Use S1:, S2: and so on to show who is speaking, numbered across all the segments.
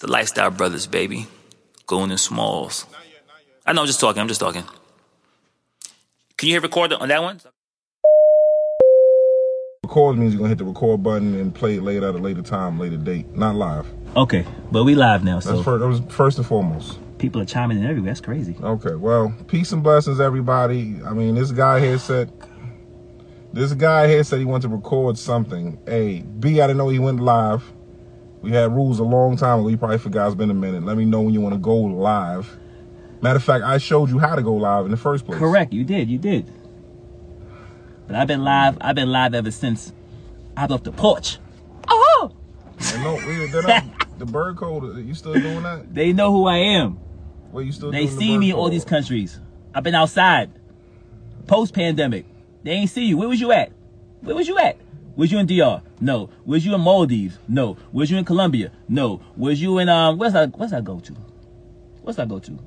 S1: the Lifestyle Brothers, baby. Goon and Smalls. I know, I'm just talking. I'm just talking. Can you hit record on that one?
S2: Record means you're gonna hit the record button and play it later at a later time, later date, not live.
S1: Okay, but we live now,
S2: That's fir- that was first and foremost.
S1: people are chiming in everywhere. That's crazy.
S2: Okay, well, peace and blessings, everybody. I mean, this guy here said, this guy here said he wanted to record something. A, B, I didn't know he went live. We had rules a long time ago. You probably forgot. It's been a minute. Let me know when you want to go live. Matter of fact, I showed you how to go live in the first place.
S3: Correct. You did. You did. But I've been live. I've been live ever since I left the porch. Oh,
S2: And no, yeah, they're not- the bird code. You still doing that?
S3: they know who I am.
S2: What you still?
S3: They
S2: doing
S3: see
S2: the
S3: me in
S2: bird
S3: all
S2: code?
S3: these countries. I've been outside. Post pandemic, they ain't see you. Where was you at? Where was you at? Was you in DR? No. Was you in Maldives? No. Was you in Colombia? No. Was you in um? Where's I? Where's I go to? Where's I go to?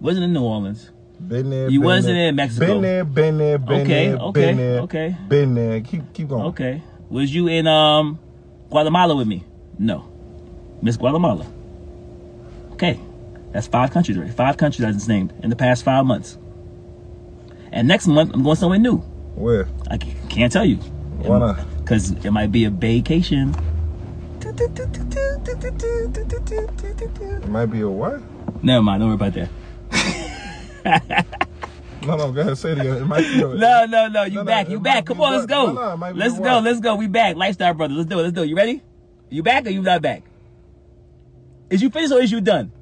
S3: Wasn't in New Orleans.
S2: Been there.
S3: You
S2: been
S3: wasn't
S2: there.
S3: in Mexico.
S2: Been there, been there, been
S3: Okay,
S2: there,
S3: okay,
S2: been there,
S3: okay.
S2: been there. Keep keep going.
S3: Okay. Was you in um Guatemala with me? No. Miss Guatemala. Okay. That's five countries already. Five countries I just named in the past five months. And next month I'm going somewhere new.
S2: Where?
S3: I c- can't tell you.
S2: Why not?
S3: Because it might be a vacation.
S2: It might be a what?
S3: Never mind. Don't worry about that.
S2: No, no. Go ahead, say it again. It might be a.
S3: No, no, no. You
S2: No, no,
S3: back.
S2: it
S3: you
S2: might
S3: back.
S2: be
S3: Come on. Let's
S2: what-
S3: go.
S2: no, no, it might be
S3: let's
S2: what.
S3: go. Let's go. We back. Lifestyle brother. Let's do it. Let's do it. You ready? You back or you not back? Is you finished or is you done?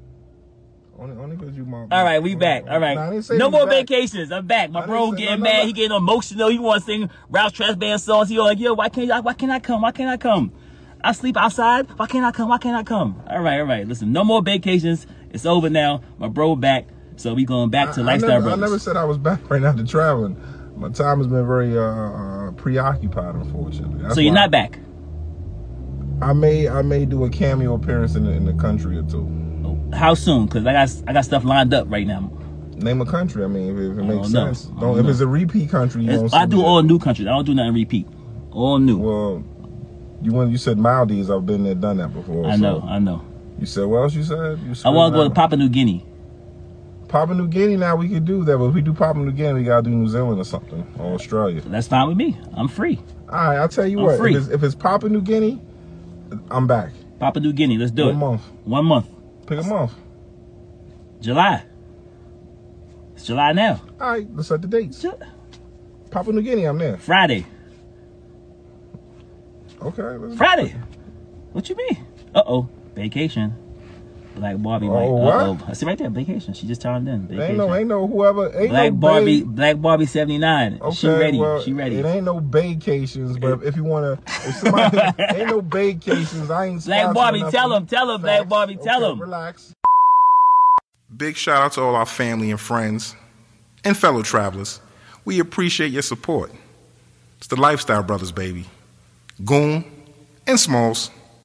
S2: Only, only 'cause you my.
S3: All right, we back. All right.
S2: Nah, I didn't say
S3: no
S2: we
S3: more
S2: back.
S3: vacations. I'm back.
S2: I
S3: My
S2: didn't
S3: bro
S2: say-
S3: getting
S2: no, no,
S3: mad.
S2: no.
S3: He getting emotional. He want to sing Ralph Trash Band songs. He like, yo, why can't I? Why can't I come? Why can't I come? I sleep outside. Why can't I come? Why can't I come? All right, all right. Listen, no more vacations. It's over now. My bro back. So we going back to
S2: I- I
S3: lifestyle
S2: never- I
S3: brothers.
S2: never said I was back right now to traveling. My time has been very uh, uh, preoccupied, unfortunately. That's
S3: so you're
S2: why
S3: not back.
S2: I may I may do a cameo appearance in the, in the country or two.
S3: How soon? Cause I got I got stuff lined up right now.
S2: Name a country. I mean, if, if it makes
S3: don't know.
S2: sense.
S3: I
S2: Don't,
S3: don't
S2: if
S3: know.
S2: it's a repeat country, you
S3: It's-
S2: won't
S3: I
S2: see
S3: do
S2: me.
S3: all new countries. I don't do nothing repeat. All new.
S2: Well, you went. You said Maldives. I've been there, done that before.
S3: I
S2: so-
S3: know. I know.
S2: You said what else? You said you.
S3: I
S2: said
S3: want to go to
S2: that.
S3: Papua New Guinea.
S2: Papua New Guinea. Now we could do that, but if we do Papua New Guinea, we gotta do New Zealand or something or Australia.
S3: That's fine with me. I'm free.
S2: All right, I'll tell you
S3: I'm
S2: what.
S3: free.
S2: If it's, if it's Papua New Guinea, I'm back.
S3: Papua New Guinea. Let's do
S2: One
S3: it.
S2: month.
S3: One month.
S2: Pick a month.
S3: July. It's July now.
S2: All right, let's set the dates.
S3: Ju-
S2: Papua New Guinea, I'm there.
S3: Friday.
S2: Okay. Let's
S3: Friday. What you mean? Uh oh. Vacation. Black Barbie.
S2: Oh,
S3: like,
S2: what?
S3: uh oh. I see right there. Vacation. She just chimed in. Vacation.
S2: Ain't no, ain't no whoever. Ain't
S3: Black
S2: no
S3: Barbie.
S2: Bay,
S3: Black Barbie 79.
S2: okay,
S3: she ready.
S2: well,
S3: she ready.
S2: It ain't no vacations, but if you wanna, if somebody ain't no vacations, I ain't.
S3: Black
S2: sponsored
S3: Barbie,
S2: enough
S3: tell
S2: for-
S3: 'em, tell 'em, Black
S2: Facts.
S3: Barbie, tell
S2: Okay,
S3: 'em.
S2: Relax. Big shout out to all our family and friends and fellow travelers. We appreciate your support. It's the Lifestyle Brothers, baby. Goon and Smalls.